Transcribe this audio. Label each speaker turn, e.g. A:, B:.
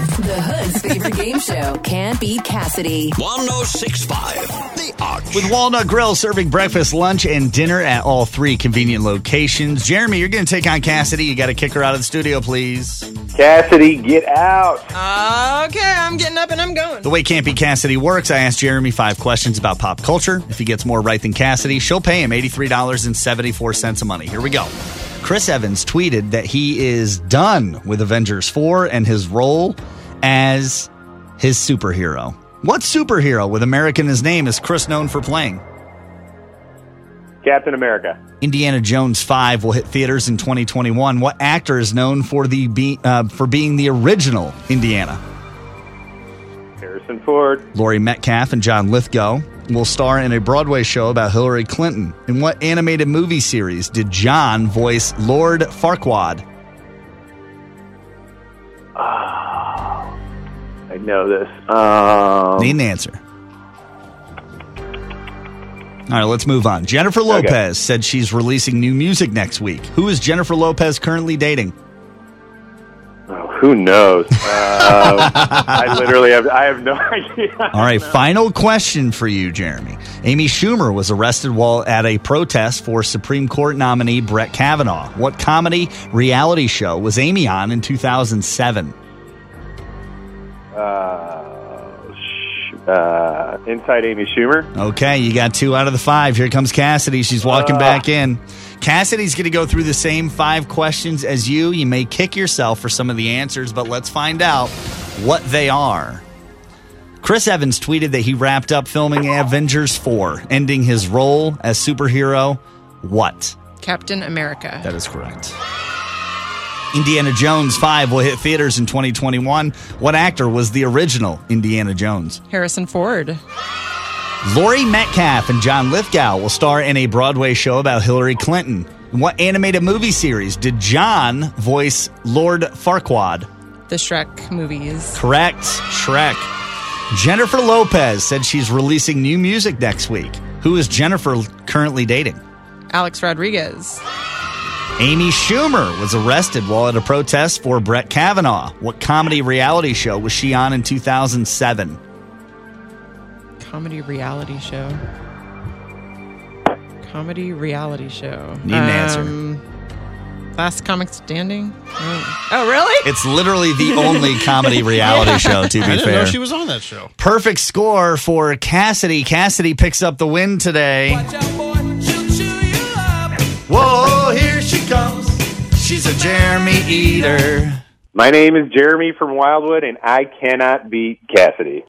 A: The Hood's favorite game show can't beat Cassidy.
B: 1065 The Arch.
C: With Walnut Grill serving breakfast, lunch, and dinner at all three convenient locations. Jeremy, you're going to take on Cassidy. You got to kick her out of the studio, please.
D: Cassidy, get out.
E: Okay, I'm getting up and I'm going.
C: The way Campy Cassidy works, I asked Jeremy five questions about pop culture. If he gets more right than Cassidy, she'll pay him $83.74 a money. Here we go. Chris Evans tweeted that he is done with Avengers 4 and his role as his superhero. What superhero with American his name is Chris known for playing?
D: Captain America.
C: Indiana Jones 5 will hit theaters in 2021. What actor is known for the be, uh, for being the original Indiana?
D: Harrison Ford.
C: Laurie Metcalf and John Lithgow will star in a Broadway show about Hillary Clinton. In what animated movie series did John voice Lord Farquaad?
D: I know this. Um,
C: Need an answer. All right, let's move on. Jennifer Lopez said she's releasing new music next week. Who is Jennifer Lopez currently dating?
D: oh, who knows? Uh, I literally have. I have no idea.
C: All right, final question for you, Jeremy. Amy Schumer was arrested while at a protest for Supreme Court nominee Brett Kavanaugh. What comedy reality show was Amy on in 2007?
D: Uh, sh- uh, inside Amy Schumer.
C: Okay, you got two out of the five. Here comes Cassidy. She's walking back in. Cassidy's going to go through the same five questions as you. You may kick yourself for some of the answers, but let's find out what they are. Chris Evans tweeted that he wrapped up filming Avengers 4, ending his role as superhero. What?
E: Captain America.
C: That is correct. Indiana Jones 5 will hit theaters in 2021. What actor was the original Indiana Jones?
E: Harrison Ford.
C: Lori Metcalf and John Lithgow will star in a Broadway show about Hillary Clinton. In what animated movie series did John voice Lord Farquaad?
E: The Shrek movies.
C: Correct, Shrek. Jennifer Lopez said she's releasing new music next week. Who is Jennifer currently dating?
E: Alex Rodriguez.
C: Amy Schumer was arrested while at a protest for Brett Kavanaugh. What comedy reality show was she on in 2007?
E: Comedy reality show. Comedy reality show. Um,
C: Need an answer.
E: Last comic standing. Oh, Oh, really?
C: It's literally the only comedy reality show, to be
F: I didn't
C: fair.
F: know she was on that show.
C: Perfect score for Cassidy. Cassidy picks up the win today. Whoa, here she comes. She's a Jeremy Eater.
D: My name is Jeremy from Wildwood, and I cannot beat Cassidy.